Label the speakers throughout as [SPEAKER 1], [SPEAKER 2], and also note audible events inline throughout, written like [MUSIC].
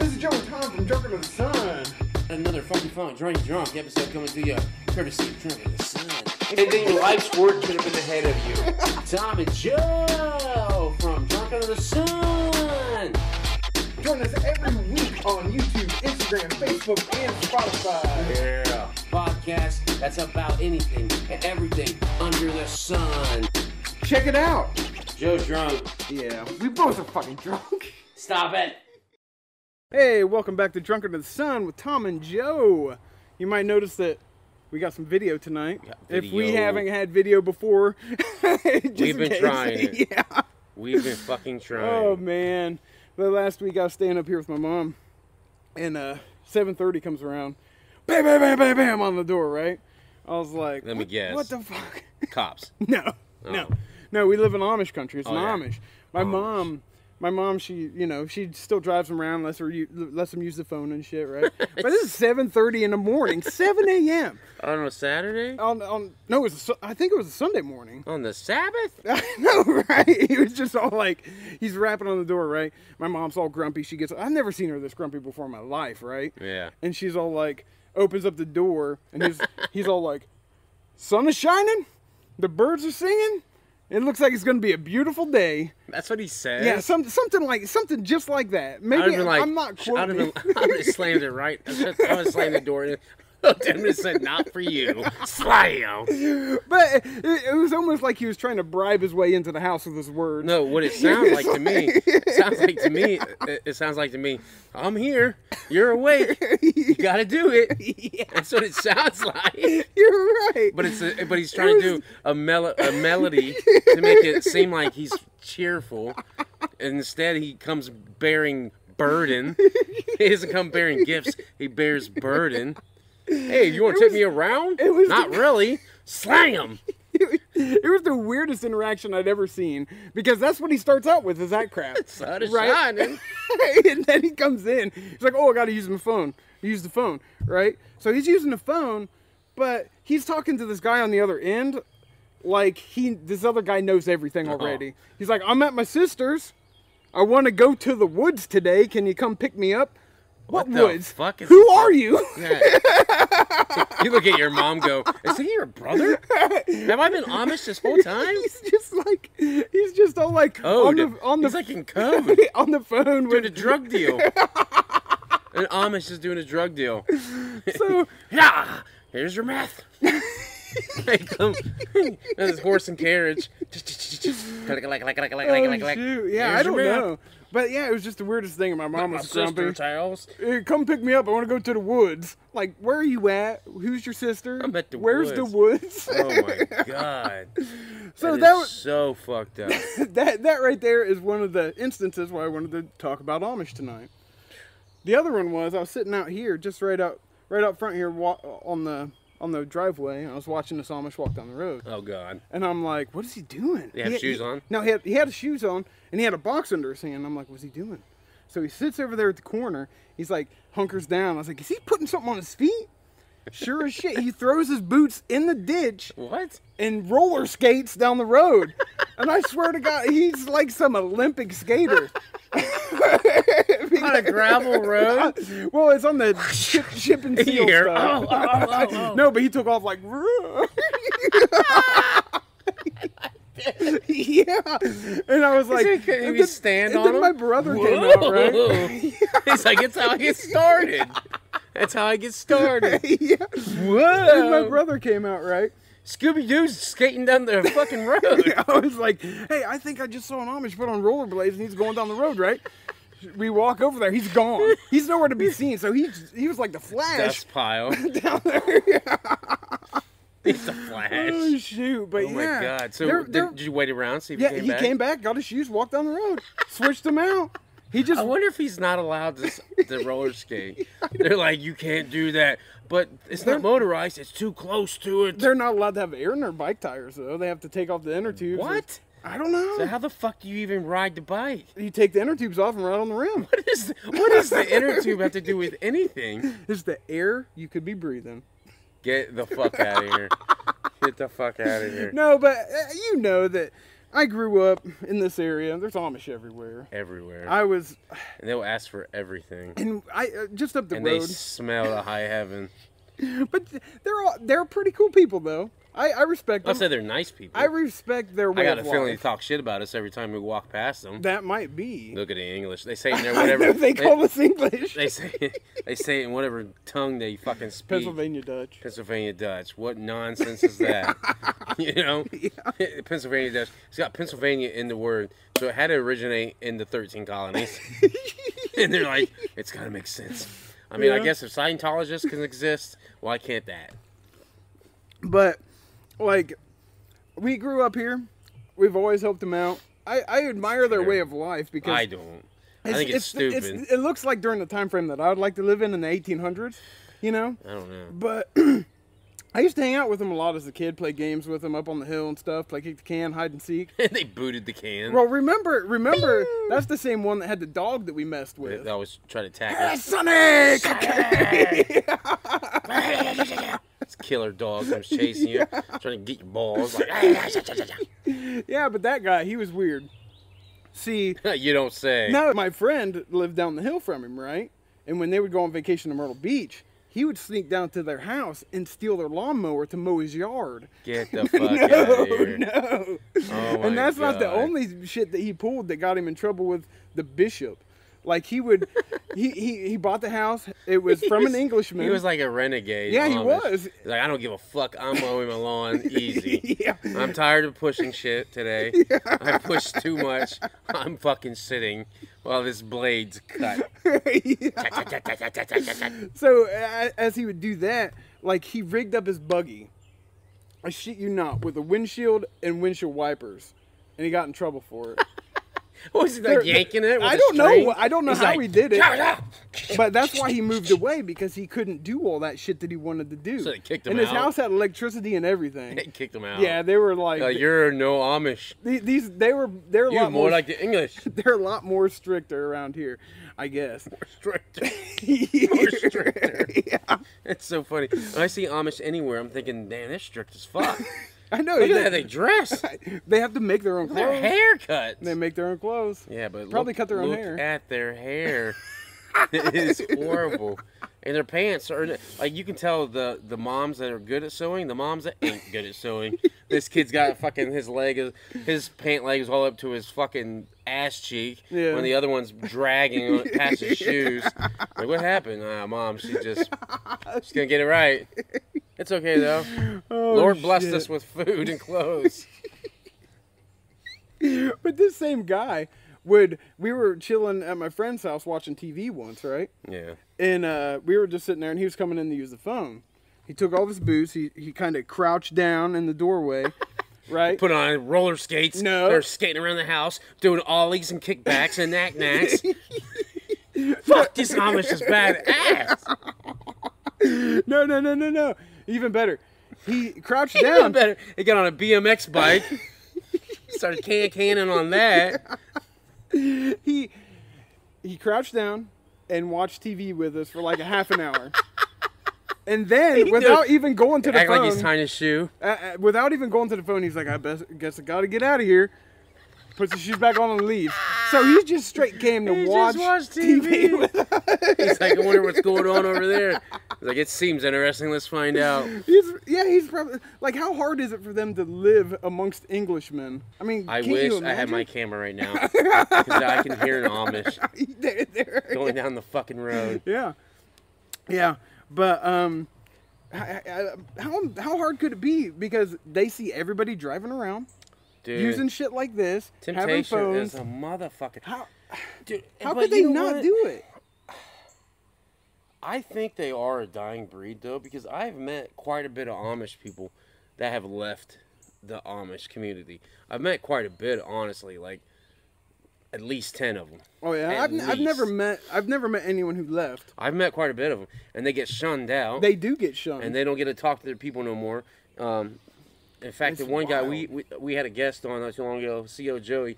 [SPEAKER 1] is Joey Tom from Jerking the Sun.
[SPEAKER 2] Another funky funk drunk drunk episode coming to you courtesy of Drunk in the Sun.
[SPEAKER 3] Anything you like, sport could have been ahead of
[SPEAKER 2] [LAUGHS]
[SPEAKER 3] you.
[SPEAKER 2] Tom and Joe from Drunk Under the Sun.
[SPEAKER 1] Join us every week on YouTube, Instagram, Facebook, and Spotify.
[SPEAKER 3] Yeah.
[SPEAKER 2] Podcast that's about anything and everything under the sun.
[SPEAKER 1] Check it out.
[SPEAKER 2] Joe's drunk.
[SPEAKER 1] Yeah, we both are fucking drunk. [LAUGHS]
[SPEAKER 2] Stop it.
[SPEAKER 1] Hey, welcome back to Drunken to the Sun with Tom and Joe. You might notice that we got some video tonight. If we
[SPEAKER 3] video.
[SPEAKER 1] haven't had video before, [LAUGHS] just in
[SPEAKER 3] been
[SPEAKER 1] case.
[SPEAKER 3] trying
[SPEAKER 1] [LAUGHS]
[SPEAKER 3] it.
[SPEAKER 1] Yeah.
[SPEAKER 3] We've been fucking trying.
[SPEAKER 1] Oh man. The last week I was staying up here with my mom, and uh, 7:30 comes around, bam, bam, bam, bam, bam on the door. Right? I was like,
[SPEAKER 3] Let me
[SPEAKER 1] "What-
[SPEAKER 3] guess.
[SPEAKER 1] What the fuck? [LAUGHS]
[SPEAKER 3] Cops.
[SPEAKER 1] no, no,
[SPEAKER 3] Oh.
[SPEAKER 1] no. We live in Amish country. It's an
[SPEAKER 3] yeah.
[SPEAKER 1] Amish. My mom. My mom, she, you know, she still drives them around, lets her, u- lets them use the phone and shit,
[SPEAKER 3] [LAUGHS]
[SPEAKER 1] right? But this is 7:30 in the morning, 7 a.m.
[SPEAKER 3] On a Saturday?
[SPEAKER 1] On, on, no, it was, a Su- I think it was a Sunday morning.
[SPEAKER 3] On the Sabbath?
[SPEAKER 1] [LAUGHS] I know, right? He was just all like, he's rapping on the door, right? My mom's all grumpy. She gets, I've never seen her this grumpy before in my life, right?
[SPEAKER 3] Yeah.
[SPEAKER 1] And she's all like, opens up the door, and he's, [LAUGHS] he's all like, sun is shining, the birds are singing, it looks like it's gonna be a beautiful day.
[SPEAKER 3] That's what he said.
[SPEAKER 1] Yeah, some, something like, something just like that. Maybe
[SPEAKER 3] I'd have been like,
[SPEAKER 1] I'm not
[SPEAKER 3] I'd have,
[SPEAKER 1] quoting.
[SPEAKER 3] been, [LAUGHS] I'd have slammed it right. I would have slammed the door. [LAUGHS] and looked at him and said, "Not for you." Slam.
[SPEAKER 1] [LAUGHS] but it, it was almost like he was trying to bribe his way into the house with his words.
[SPEAKER 3] No, what it sounds like to me it sounds like to me. It, it sounds like to me. I'm here. You're awake. You gotta do
[SPEAKER 1] [LAUGHS]
[SPEAKER 3] it. That's what it sounds like.
[SPEAKER 1] [LAUGHS] You're right.
[SPEAKER 3] But it's a, but he's trying to do a, mel- a melody to make it seem like he's cheerful. And instead, he comes bearing burden. [LAUGHS] He doesn't come bearing gifts. He bears burden. Hey, you want to take me around?
[SPEAKER 1] it was
[SPEAKER 3] Not really.
[SPEAKER 1] [LAUGHS]
[SPEAKER 3] Slam!
[SPEAKER 1] it was the weirdest interaction I'd ever seen because that's what he starts out with is that
[SPEAKER 3] [LAUGHS]
[SPEAKER 1] crap.
[SPEAKER 3] Sun is
[SPEAKER 1] Right?
[SPEAKER 3] shining.
[SPEAKER 1] [LAUGHS] and then he comes in. He's like, "Oh, I gotta use my phone. Use the phone, right?" So he's using the phone, but he's talking to this guy on the other end, like he this other guy knows
[SPEAKER 3] Uh-huh.
[SPEAKER 1] everything already. He's like, "I'm at my sister's. I want to go to the woods today. Can you come pick me up?" What,
[SPEAKER 3] What the
[SPEAKER 1] woods?
[SPEAKER 3] fuck is-
[SPEAKER 1] Who are you? [LAUGHS]
[SPEAKER 3] Yeah. you look at your mom go, Is he your brother? Have I been Amish this whole time?
[SPEAKER 1] he's just like he's just all like on
[SPEAKER 3] Code.
[SPEAKER 1] the on the
[SPEAKER 3] Oh, He's like in code.
[SPEAKER 1] [LAUGHS] on the phone
[SPEAKER 3] Doing
[SPEAKER 1] with
[SPEAKER 3] a drug deal. An Amish is doing a drug deal.
[SPEAKER 1] [LAUGHS] so
[SPEAKER 3] Yeah, here's
[SPEAKER 1] [LAUGHS]
[SPEAKER 3] your meth. They come- and this horse and carriage.
[SPEAKER 1] oh, shoot. yeah i
[SPEAKER 3] Here's your
[SPEAKER 1] don't
[SPEAKER 3] map.
[SPEAKER 1] know but yeah it was just the weirdest thing and my mom
[SPEAKER 3] My
[SPEAKER 1] was grumpy [LAUGHS]
[SPEAKER 3] sister's house.
[SPEAKER 1] "Hey, come pick me up i want to go to the woods like where are you at who's your sister
[SPEAKER 3] I'm at the
[SPEAKER 1] where's the woods [LAUGHS]
[SPEAKER 3] Oh my god.
[SPEAKER 1] so
[SPEAKER 3] that
[SPEAKER 1] that,
[SPEAKER 3] is so fucked up.
[SPEAKER 1] wa- that that right there is one of the instances why i wanted to talk about amish tonight the other one was i was sitting out here just right out right out front here wa- on the on the driveway and i was watching this amish walk down the road
[SPEAKER 3] Oh god.
[SPEAKER 1] And I'm like, what is he doing?
[SPEAKER 3] He had
[SPEAKER 1] he,
[SPEAKER 3] shoes
[SPEAKER 1] he-
[SPEAKER 3] on?
[SPEAKER 1] No, he had, he had his shoes on and he had a box under his hand. I'm like, what's he doing? So he sits over there at the corner. He's like, hunkers down. I was like, is he putting something on his feet? Sure as shit. He throws his boots in the ditch
[SPEAKER 3] What?
[SPEAKER 1] and roller skates down the road. And I swear to God, he's like some Olympic skater.
[SPEAKER 3] On a
[SPEAKER 1] [LAUGHS]
[SPEAKER 3] gravel road?
[SPEAKER 1] well, it's
[SPEAKER 3] [LAUGHS]
[SPEAKER 1] on the ship, ship and seal
[SPEAKER 3] Here.
[SPEAKER 1] stuff.
[SPEAKER 3] Oh, oh, oh, oh.
[SPEAKER 1] No, but he took off like. [LAUGHS] yeah, and I was like,
[SPEAKER 3] Like, can
[SPEAKER 1] and
[SPEAKER 3] we
[SPEAKER 1] then-
[SPEAKER 3] stand
[SPEAKER 1] and
[SPEAKER 3] on
[SPEAKER 1] then
[SPEAKER 3] him?
[SPEAKER 1] my brother came
[SPEAKER 3] Whoa.
[SPEAKER 1] out, right?
[SPEAKER 3] [LAUGHS] He's like, it's how I get started. That's how I
[SPEAKER 1] [LAUGHS]
[SPEAKER 3] get started.
[SPEAKER 1] [LAUGHS] yeah, and my
[SPEAKER 3] Whoa.
[SPEAKER 1] brother came out, right? [LAUGHS]
[SPEAKER 3] Scooby Doo's skating down the fucking road.
[SPEAKER 1] I was like, hey, I think I just saw an Amish put on rollerblades and he's going down the road, right? We walk over there, he's gone. He's nowhere to be seen. So he he was like the flash
[SPEAKER 3] Dust pile.
[SPEAKER 1] [LAUGHS] down there.
[SPEAKER 3] It's a flash.
[SPEAKER 1] oh shoot! But
[SPEAKER 3] Oh
[SPEAKER 1] yeah,
[SPEAKER 3] my god! So
[SPEAKER 1] They're-
[SPEAKER 3] did,
[SPEAKER 1] they're-
[SPEAKER 3] did you wait around? See if
[SPEAKER 1] yeah,
[SPEAKER 3] he came
[SPEAKER 1] he
[SPEAKER 3] back.
[SPEAKER 1] came back, got his shoes, walked down the road, switched them out. He just
[SPEAKER 3] I wonder if he's not allowed
[SPEAKER 1] [LAUGHS]
[SPEAKER 3] to, s- to roller skate. They're like, you can't do that. But it's not motorized. It's too close to it.
[SPEAKER 1] They're not allowed to have air in their bike tires, though. They have to take off the inner tubes. and-
[SPEAKER 3] What?
[SPEAKER 1] I don't know.
[SPEAKER 3] So how the fuck do you even ride the bike?
[SPEAKER 1] you take the inner tubes off and ride on the rim.
[SPEAKER 3] What is [LAUGHS] what does
[SPEAKER 1] [LAUGHS]
[SPEAKER 3] the inner tube have to do with anything?
[SPEAKER 1] It's the air you could be breathing.
[SPEAKER 3] Get the fuck out of here! Get the fuck out of here!
[SPEAKER 1] No, but uh, you know that I grew up in this area. There's Amish everywhere.
[SPEAKER 3] everywhere.
[SPEAKER 1] I was,
[SPEAKER 3] and they'll ask for everything.
[SPEAKER 1] and I uh, just up the
[SPEAKER 3] And they
[SPEAKER 1] road.
[SPEAKER 3] smell the high heaven.
[SPEAKER 1] But th- they're all, they're pretty cool people though. I, I respect
[SPEAKER 3] I'll
[SPEAKER 1] them.
[SPEAKER 3] say they're nice people.
[SPEAKER 1] I respect their way
[SPEAKER 3] I got a
[SPEAKER 1] of
[SPEAKER 3] feeling they
[SPEAKER 1] life.
[SPEAKER 3] talk shit about us every time we walk past them.
[SPEAKER 1] That might [LAUGHS] be.
[SPEAKER 3] Look at the English. They say it in their whatever.
[SPEAKER 1] they call us English.
[SPEAKER 3] they say [LAUGHS] it, they say it in whatever tongue they fucking speak.
[SPEAKER 1] Pennsylvania Dutch.
[SPEAKER 3] Pennsylvania Dutch. What nonsense
[SPEAKER 1] [LAUGHS]
[SPEAKER 3] is that? you know, [LAUGHS] Pennsylvania Dutch. It's got Pennsylvania in the word, so it had to originate in the
[SPEAKER 1] [LAUGHS]
[SPEAKER 3] thirteen colonies. and they're like, it's got to make sense. I mean, I
[SPEAKER 1] Yeah.
[SPEAKER 3] guess if Scientologists can exist, why can't that?
[SPEAKER 1] But like, we grew up here. We've always helped them out. I, I admire their way of life because
[SPEAKER 3] I don't. I think it's, stupid.
[SPEAKER 1] it looks like during the time frame that I would like to live in in the 1800s, you know.
[SPEAKER 3] I don't know. [LAUGHS]
[SPEAKER 1] But [CLEARS THROAT] I used to hang out with them a lot as a kid, play games with them up on the hill and stuff, play kick the can, hide and seek.
[SPEAKER 3] they booted the can.
[SPEAKER 1] Well, remember, remember, that's the same one that had the dog that we messed
[SPEAKER 3] they
[SPEAKER 1] with.
[SPEAKER 3] they always try to tackle. us.
[SPEAKER 1] Sonic!
[SPEAKER 3] It's killer dog comes
[SPEAKER 1] [LAUGHS]
[SPEAKER 3] chasing you, trying to get your balls. "Ah, Like,
[SPEAKER 1] [LAUGHS] Yeah, but that guy, he was weird. See,
[SPEAKER 3] you don't say.
[SPEAKER 1] now my friend lived down the hill from him, right? And when they would go on vacation to Myrtle Beach, he would sneak down to their house and steal their lawnmower to mow his yard. [LAUGHS]
[SPEAKER 3] Get the fuck out of here.
[SPEAKER 1] no.
[SPEAKER 3] Oh my
[SPEAKER 1] and that's not the
[SPEAKER 3] God.
[SPEAKER 1] only shit that he pulled that got him in trouble with the bishop. Like he would, he, he he bought the house. It was from an Englishman.
[SPEAKER 3] [LAUGHS] He was like a renegade.
[SPEAKER 1] Yeah, he
[SPEAKER 3] Amish.
[SPEAKER 1] was.
[SPEAKER 3] He's Like I don't give a fuck. I'm mowing
[SPEAKER 1] [LAUGHS]
[SPEAKER 3] my lawn easy.
[SPEAKER 1] [LAUGHS] Yeah.
[SPEAKER 3] I'm tired of pushing
[SPEAKER 1] [LAUGHS]
[SPEAKER 3] shit today. I pushed too much. I'm fucking sitting while this blade's cut.
[SPEAKER 1] [LAUGHS] so a- as he would do that, like he rigged up his buggy. I shit you not, with a windshield and windshield wipers, and he got in trouble for it.
[SPEAKER 3] Was he like yanking it? With
[SPEAKER 1] I
[SPEAKER 3] a
[SPEAKER 1] don't know.
[SPEAKER 3] string?
[SPEAKER 1] I don't know
[SPEAKER 3] He's
[SPEAKER 1] how
[SPEAKER 3] like,
[SPEAKER 1] he did it.
[SPEAKER 3] "Shut up!" [LAUGHS]
[SPEAKER 1] But that's why he moved away because he couldn't do all that shit that he wanted to do.
[SPEAKER 3] So they kicked him
[SPEAKER 1] and his
[SPEAKER 3] out?
[SPEAKER 1] house had electricity and everything.
[SPEAKER 3] They kicked him out.
[SPEAKER 1] Yeah, they were like
[SPEAKER 3] Uh, you're no Amish.
[SPEAKER 1] the- these. They were they're a
[SPEAKER 3] You're
[SPEAKER 1] lot
[SPEAKER 3] more, like the English.
[SPEAKER 1] [LAUGHS]
[SPEAKER 3] [LAUGHS]
[SPEAKER 1] they're a lot more stricter around here, I guess. [LAUGHS]
[SPEAKER 3] Stricter. More stricter. It's so funny. When I see Amish anywhere, I'm thinking, damn, they're strict as fuck.
[SPEAKER 1] I know
[SPEAKER 3] Look at
[SPEAKER 1] [LAUGHS]
[SPEAKER 3] how
[SPEAKER 1] they,
[SPEAKER 3] they
[SPEAKER 1] [LAUGHS]
[SPEAKER 3] dress.
[SPEAKER 1] they have to make their own
[SPEAKER 3] Their
[SPEAKER 1] clothes.
[SPEAKER 3] haircuts.
[SPEAKER 1] They make their own clothes.
[SPEAKER 3] Yeah, but
[SPEAKER 1] Probably
[SPEAKER 3] look-
[SPEAKER 1] cut their own
[SPEAKER 3] look
[SPEAKER 1] hair.
[SPEAKER 3] At their
[SPEAKER 1] [LAUGHS]
[SPEAKER 3] hair, it is horrible. And their pants are like you can tell the the moms that are good at sewing, the moms that ain't good at sewing. this kid's got fucking his leg, is- his pant leg is all up to his fucking ass cheek,
[SPEAKER 1] Yeah.
[SPEAKER 3] when the other one's dragging on
[SPEAKER 1] [LAUGHS]
[SPEAKER 3] it past his shoes. Like what happened? Ah, mom, she
[SPEAKER 1] [LAUGHS]
[SPEAKER 3] just she's gonna get it right. It's okay though.
[SPEAKER 1] Oh,
[SPEAKER 3] Lord blessed
[SPEAKER 1] shit.
[SPEAKER 3] us with food and
[SPEAKER 1] [LAUGHS]
[SPEAKER 3] clothes.
[SPEAKER 1] [LAUGHS] But this same guy would we were chilling at my friend's house watching TV once, right?
[SPEAKER 3] Yeah.
[SPEAKER 1] And uh, we were just sitting there and he was coming in to use the phone. He took off his boots, he he kind of crouched down in the doorway, [LAUGHS] right?
[SPEAKER 3] put on roller skates.
[SPEAKER 1] No.
[SPEAKER 3] They're skating around the house, doing ollies and kickbacks and
[SPEAKER 1] [LAUGHS]
[SPEAKER 3] knack-knacks. Fuck, this Amish is badass.
[SPEAKER 1] No, no, no, no, no. Even better.
[SPEAKER 3] [LAUGHS]
[SPEAKER 1] He crouched
[SPEAKER 3] Even
[SPEAKER 1] down.
[SPEAKER 3] better, they got on a BMX bike. Started can canning on that.
[SPEAKER 1] he he crouched down and watched TV with us for like a half an hour. And then, without even going to [LAUGHS] the
[SPEAKER 3] Act
[SPEAKER 1] phone,
[SPEAKER 3] like he's tying his shoe.
[SPEAKER 1] uh, uh, without even going to the phone, he's like, "I best, guess I gotta get out of here." Puts his shoes back on and leaves. So he just straight came to
[SPEAKER 3] He just
[SPEAKER 1] watch,
[SPEAKER 3] watched TV.
[SPEAKER 1] with
[SPEAKER 3] [LAUGHS]
[SPEAKER 1] us.
[SPEAKER 3] He's like, I wonder what's going on over there. He's like, it seems interesting. Let's find out.
[SPEAKER 1] He's, yeah, he's probably like, how hard is it for them to live amongst Englishmen? I mean,
[SPEAKER 3] I
[SPEAKER 1] can
[SPEAKER 3] wish
[SPEAKER 1] you
[SPEAKER 3] I had my
[SPEAKER 1] imagine?
[SPEAKER 3] camera right now. 'Cause I can hear an Amish
[SPEAKER 1] [LAUGHS] They're- they're-
[SPEAKER 3] going down the fucking road.
[SPEAKER 1] Yeah, yeah, but um, h- h- how how hard could it be? Because they see everybody driving around
[SPEAKER 3] Dude,
[SPEAKER 1] using shit like this, having
[SPEAKER 3] temptation
[SPEAKER 1] phones.
[SPEAKER 3] is a motherfucker.
[SPEAKER 1] how
[SPEAKER 3] Dude,
[SPEAKER 1] how
[SPEAKER 3] but
[SPEAKER 1] could they
[SPEAKER 3] you know
[SPEAKER 1] not
[SPEAKER 3] what?
[SPEAKER 1] do it?
[SPEAKER 3] I think they are a dying breed though, because I've met quite a bit of Amish people that have left the Amish community. I've met quite a bit, honestly, like at least ten of them.
[SPEAKER 1] Oh yeah,
[SPEAKER 3] At
[SPEAKER 1] I've, n- I've never
[SPEAKER 3] least.
[SPEAKER 1] met I've never met anyone who left.
[SPEAKER 3] I've met quite a bit of them, and they get shunned out,
[SPEAKER 1] They do get shunned.
[SPEAKER 3] and they don't get to talk to their people no more. Um, in fact,
[SPEAKER 1] It's
[SPEAKER 3] the one guy we,
[SPEAKER 1] wild.
[SPEAKER 3] we we had a guest on not too long ago, Co Joey,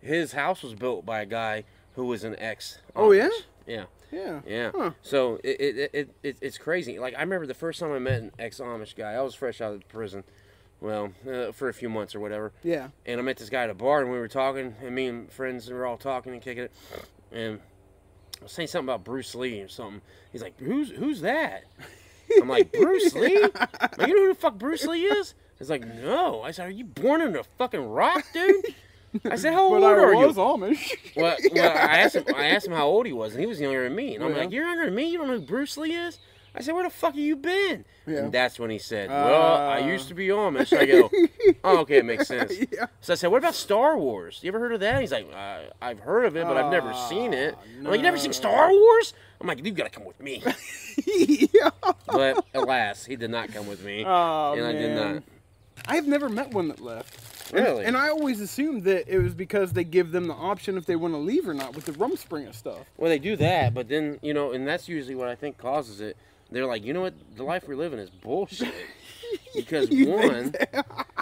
[SPEAKER 3] his house was built by a guy who was an ex.
[SPEAKER 1] Oh, yeah?
[SPEAKER 3] Yeah.
[SPEAKER 1] yeah.
[SPEAKER 3] Yeah.
[SPEAKER 1] Huh.
[SPEAKER 3] So it, it, it, it it's crazy. Like I remember the first time I met an ex Amish guy. I was fresh out of prison, well, uh, for a few months or whatever.
[SPEAKER 1] Yeah.
[SPEAKER 3] And I met this guy at a bar, and we were talking, and me and friends we were all talking and kicking it, and I was saying something about Bruce Lee or something. He's like, "Who's who's that?"
[SPEAKER 1] [LAUGHS]
[SPEAKER 3] I'm like, "Bruce Lee? Like, you know who the fuck Bruce Lee is?" He's like, "No." I said, "Are you born under a fucking rock, dude?" I said, "How
[SPEAKER 1] [LAUGHS]
[SPEAKER 3] old
[SPEAKER 1] But I
[SPEAKER 3] are you?"
[SPEAKER 1] was Amish. [LAUGHS]
[SPEAKER 3] Well, well, I asked him. I asked him how old he was, and he was younger than me. And I'm
[SPEAKER 1] Yeah.
[SPEAKER 3] like, "You're younger than me. You don't know who Bruce Lee is?" I said, "Where the fuck have you been?"
[SPEAKER 1] Yeah.
[SPEAKER 3] And that's when he said, "Well, I
[SPEAKER 1] Ah.
[SPEAKER 3] used to be Amish."
[SPEAKER 1] [LAUGHS]
[SPEAKER 3] I go, "Oh, okay, it makes sense."
[SPEAKER 1] Yeah. [LAUGHS]
[SPEAKER 3] So I said, "What about Star Wars? You ever heard of that?" He's like, uh, "I've heard of it, but I've never
[SPEAKER 1] Ah,
[SPEAKER 3] seen it." I'm like, "You never seen Star Wars?" I'm like, "You've got to come
[SPEAKER 1] [LAUGHS]
[SPEAKER 3] with me."
[SPEAKER 1] yeah.
[SPEAKER 3] But alas, he did not come with me,
[SPEAKER 1] Oh,
[SPEAKER 3] and I did
[SPEAKER 1] man.
[SPEAKER 3] not.
[SPEAKER 1] I've never met one that left. And-
[SPEAKER 3] Really?
[SPEAKER 1] And I always assumed that it was because they give them the option if they want to leave or not with the Rumspringa stuff.
[SPEAKER 3] Well, they do that, but then you know, and that's usually what I think causes it. They're like, you know what, the life we're living is bullshit.
[SPEAKER 1] [LAUGHS]
[SPEAKER 3] Because one,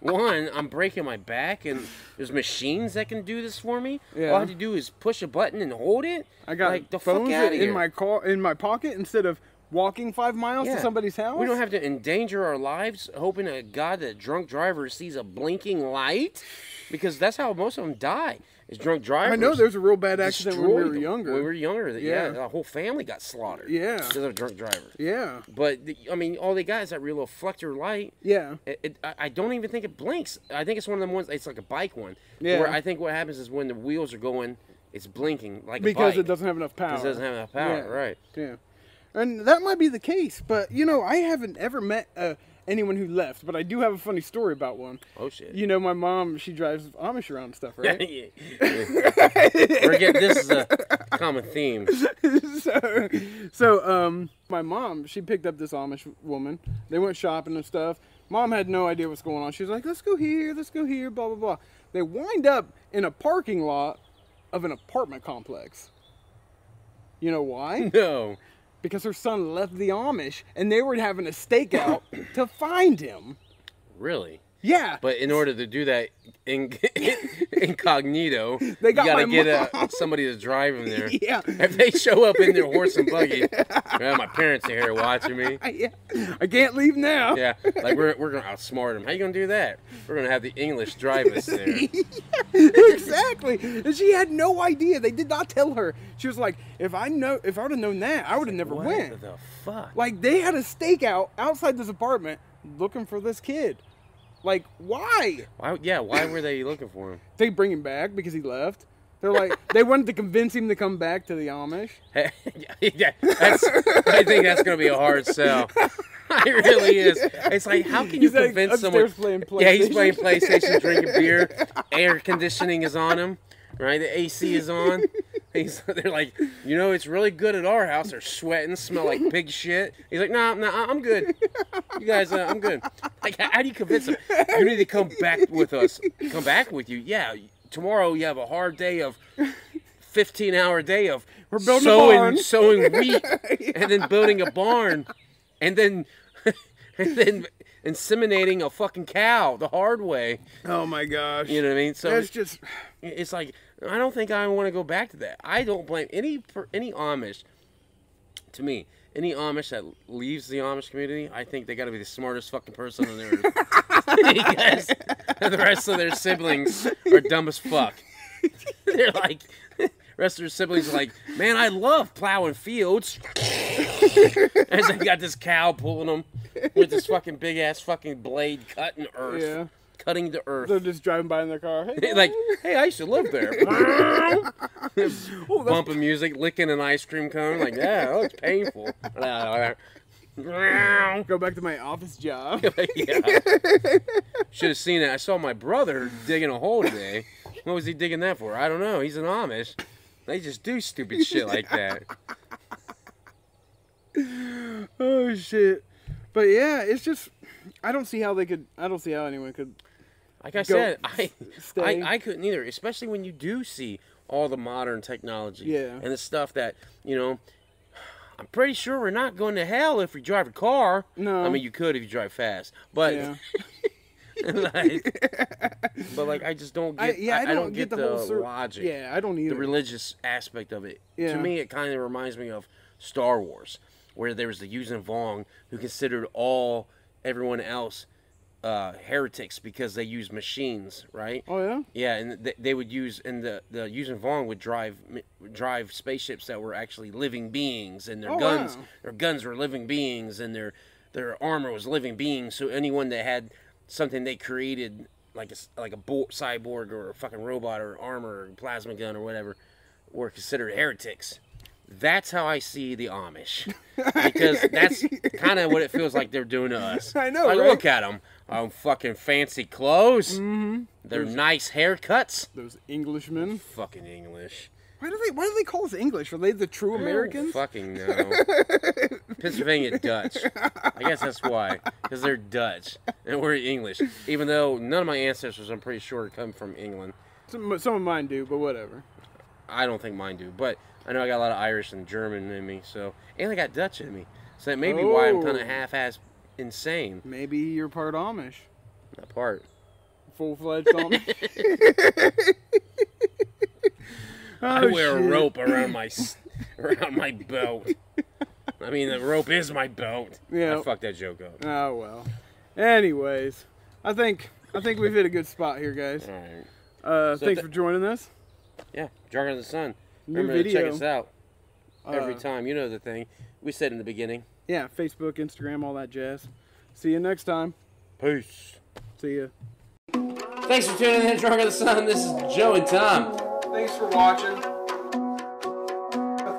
[SPEAKER 3] one, I'm breaking my back, and there's machines that can do this for me. All
[SPEAKER 1] Yeah.
[SPEAKER 3] I have to do is push a button and hold it.
[SPEAKER 1] I got
[SPEAKER 3] like the
[SPEAKER 1] phones
[SPEAKER 3] fuck out of
[SPEAKER 1] in
[SPEAKER 3] here.
[SPEAKER 1] my car in my pocket instead of walking five miles
[SPEAKER 3] Yeah.
[SPEAKER 1] to somebody's house.
[SPEAKER 3] We don't have to endanger our lives hoping to God that a drunk driver sees a blinking light, because that's how most of them die. Is drunk drivers.
[SPEAKER 1] I know there's a real bad accident when we
[SPEAKER 3] destroyed
[SPEAKER 1] were
[SPEAKER 3] them.
[SPEAKER 1] younger.
[SPEAKER 3] When we were younger, that- yeah,
[SPEAKER 1] Yeah.
[SPEAKER 3] the whole family got slaughtered.
[SPEAKER 1] Yeah.
[SPEAKER 3] because of a drunk driver.
[SPEAKER 1] yeah,
[SPEAKER 3] But the, I mean, all they got is that real little flector light.
[SPEAKER 1] yeah,
[SPEAKER 3] It, it, I I don't even think it blinks. I think it's one of them ones. It's like a bike one.
[SPEAKER 1] Yeah.
[SPEAKER 3] Where I think what happens is when the wheels are going, it's blinking like
[SPEAKER 1] because
[SPEAKER 3] a bike.
[SPEAKER 1] it doesn't have enough power.
[SPEAKER 3] Because it doesn't have enough power,
[SPEAKER 1] Yeah.
[SPEAKER 3] right?
[SPEAKER 1] Yeah, and that might be the case, but you know, I haven't ever met uh, anyone who left. But I do have a funny story about one.
[SPEAKER 3] Oh shit. [LAUGHS]
[SPEAKER 1] You know, my mom she drives Amish around and stuff, right?
[SPEAKER 3] Forget this is a
[SPEAKER 1] [LAUGHS]
[SPEAKER 3] common theme.
[SPEAKER 1] so, so um, my mom she picked up this Amish woman. They went shopping and stuff. Mom had no idea what's going on. She was like, "Let's go here, let's go here," blah blah blah. They wind up in a parking lot of an apartment complex. You know
[SPEAKER 3] Hmm.
[SPEAKER 1] why?
[SPEAKER 3] No.
[SPEAKER 1] because her son left the Amish and they were having a
[SPEAKER 3] [COUGHS]
[SPEAKER 1] stakeout to find him.
[SPEAKER 3] Really.
[SPEAKER 1] Yeah.
[SPEAKER 3] But in order to do that in, [LAUGHS] incognito,
[SPEAKER 1] They got
[SPEAKER 3] you gotta
[SPEAKER 1] my
[SPEAKER 3] get a, somebody to drive them there.
[SPEAKER 1] [LAUGHS] Yeah.
[SPEAKER 3] If they show up in their horse
[SPEAKER 1] [LAUGHS]
[SPEAKER 3] and buggy, well, my parents are here watching me.
[SPEAKER 1] I, yeah. I can't leave now.
[SPEAKER 3] Yeah, like we're, we're gonna outsmart them. How you gonna do that? We're gonna have the English drive
[SPEAKER 1] [LAUGHS]
[SPEAKER 3] us there.
[SPEAKER 1] [LAUGHS] exactly. And she had no idea. They did not tell her. She was like, if I know if I would have known that, I would have never
[SPEAKER 3] what
[SPEAKER 1] went.
[SPEAKER 3] the fuck?
[SPEAKER 1] Like they had a stakeout outside this apartment looking for this kid. Like, why?
[SPEAKER 3] Why, yeah, why were they looking for him? [LAUGHS]
[SPEAKER 1] They bring him back because he left. They're [LAUGHS] like they wanted to convince him to come back to the Amish.
[SPEAKER 3] yeah, yeah,
[SPEAKER 1] [LAUGHS]
[SPEAKER 3] that's, I think that's gonna be a hard sell. It really is. It's like how can you
[SPEAKER 1] He's like
[SPEAKER 3] convince someone?
[SPEAKER 1] upstairs playing
[SPEAKER 3] Yeah, he's playing
[SPEAKER 1] PlayStation.
[SPEAKER 3] PlayStation, drinking
[SPEAKER 1] [LAUGHS]
[SPEAKER 3] beer. Air conditioning is on him, right? The AC is on. He's, [LAUGHS] they're like, you know, it's really good at our house. They're sweating, smell like pig shit. He's like, nah, nah, I'm good. You guys, uh, I'm good. Like, how how do you convince him? You need to come back with us. Come back with you. Yeah, tomorrow you have a hard day of 15 hour day of we're
[SPEAKER 1] building a
[SPEAKER 3] sowing,
[SPEAKER 1] barn. [LAUGHS]
[SPEAKER 3] sowing wheat and then building a barn and then [LAUGHS] and then inseminating a fucking cow the hard way
[SPEAKER 1] Oh my gosh.
[SPEAKER 3] you know what i mean so
[SPEAKER 1] That's just
[SPEAKER 3] it's like i don't think i want to go back to that i don't blame any per- any amish to me any amish that leaves the amish community i think they got to be the smartest fucking person on earth because the rest of their siblings are dumb as fuck [LAUGHS] they're like [LAUGHS] rest of their siblings are like man i love plowing fields [LAUGHS] as they got this cow pulling them with this fucking big ass fucking blade cutting earth
[SPEAKER 1] Yeah.
[SPEAKER 3] cutting the earth
[SPEAKER 1] they're just driving by in their car.
[SPEAKER 3] [LAUGHS]
[SPEAKER 1] Hey,
[SPEAKER 3] like, hey, I used to live
[SPEAKER 1] [LAUGHS]
[SPEAKER 3] [LAUGHS] there.
[SPEAKER 1] oh, that's
[SPEAKER 3] Bumping music, licking an ice cream cone. Like, yeah, that looks painful. [LAUGHS] yeah. [LAUGHS]
[SPEAKER 1] go back to my office job.
[SPEAKER 3] Should have seen it. I saw my brother digging a hole today. What was he digging that for? I don't know. He's an Amish. They just do stupid shit like that.
[SPEAKER 1] [LAUGHS] oh shit. But yeah, it's just I don't see how they could I don't see how anyone could
[SPEAKER 3] Like I said, I,
[SPEAKER 1] stay.
[SPEAKER 3] I I couldn't either, especially when you do see all the modern technology
[SPEAKER 1] Yeah.
[SPEAKER 3] and the stuff that, you know, I'm pretty sure we're not going to hell if we drive a car.
[SPEAKER 1] No.
[SPEAKER 3] I mean, you could if you drive fast. But
[SPEAKER 1] Yeah.
[SPEAKER 3] [LAUGHS] like, but like I just don't get
[SPEAKER 1] I, yeah, I, don't, get, the, whole cer-
[SPEAKER 3] logic.
[SPEAKER 1] Yeah, I don't either.
[SPEAKER 3] The religious aspect of it.
[SPEAKER 1] Yeah.
[SPEAKER 3] To me it kind of reminds me of Star Wars where there was the Yuuzhan Vong who considered all everyone else uh, heretics because they use machines, right?
[SPEAKER 1] Oh yeah.
[SPEAKER 3] Yeah, and th- they would use, and the the using Vaughn would drive m- drive spaceships that were actually living beings, and their
[SPEAKER 1] Oh,
[SPEAKER 3] guns
[SPEAKER 1] wow.
[SPEAKER 3] their guns were living beings, and their their armor was living beings. So anyone that had something they created, like a s- like a bo- cyborg or a fucking robot or armor or plasma gun or whatever, were considered heretics. That's how I see the Amish,
[SPEAKER 1] [LAUGHS]
[SPEAKER 3] because that's kind of what it feels like they're doing to us.
[SPEAKER 1] I know,
[SPEAKER 3] Like,
[SPEAKER 1] right?
[SPEAKER 3] Look at them. Um, fucking fancy clothes.
[SPEAKER 1] Mm-hmm.
[SPEAKER 3] Their nice haircuts.
[SPEAKER 1] Those Englishmen.
[SPEAKER 3] Fucking English.
[SPEAKER 1] Why do they? Why do they call us English? Are they the true Americans? [LAUGHS]
[SPEAKER 3] Fucking no. Pennsylvania Dutch. I guess that's why. Because they're Dutch. And we're English. Even though none of my ancestors, I'm pretty sure, come from England.
[SPEAKER 1] Some, some of mine do, but whatever.
[SPEAKER 3] I don't think mine do. But I know I got a lot of Irish and German in me. So And I got Dutch in me. So that may be why I'm kind
[SPEAKER 1] Oh.
[SPEAKER 3] of half ass insane.
[SPEAKER 1] Maybe you're part Amish,
[SPEAKER 3] That part.
[SPEAKER 1] full
[SPEAKER 3] [LAUGHS]
[SPEAKER 1] fledged Amish.
[SPEAKER 3] I
[SPEAKER 1] Oh,
[SPEAKER 3] wear
[SPEAKER 1] shit.
[SPEAKER 3] a
[SPEAKER 1] [LAUGHS]
[SPEAKER 3] rope around my s- around my belt. I mean, the rope is my belt.
[SPEAKER 1] Yeah.
[SPEAKER 3] I fucked that joke up.
[SPEAKER 1] Oh well. Anyways, I think I think we've hit a good spot here, guys.
[SPEAKER 3] All right.
[SPEAKER 1] Uh, thanks
[SPEAKER 3] th-
[SPEAKER 1] for joining us.
[SPEAKER 3] Yeah, Jargon of the Sun.
[SPEAKER 1] New
[SPEAKER 3] Remember to check
[SPEAKER 1] video.
[SPEAKER 3] us out every
[SPEAKER 1] Uh,
[SPEAKER 3] time. You know the thing we said in the beginning.
[SPEAKER 1] Yeah, Facebook, Instagram, all that jazz. See you next time.
[SPEAKER 3] Peace.
[SPEAKER 1] See ya.
[SPEAKER 3] Thanks for tuning in, Jargon of the Sun. This is Joe and Tom.
[SPEAKER 1] Thanks for watching.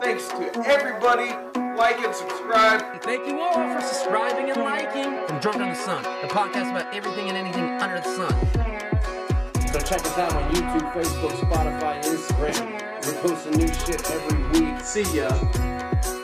[SPEAKER 1] Thanks to everybody. Like and subscribe.
[SPEAKER 3] Thank you all for subscribing and liking. From Drunk on the Sun, a podcast about everything and anything under the sun.
[SPEAKER 2] So check us out on YouTube, Facebook, Spotify, and Instagram. We're posting new shit every week. See ya.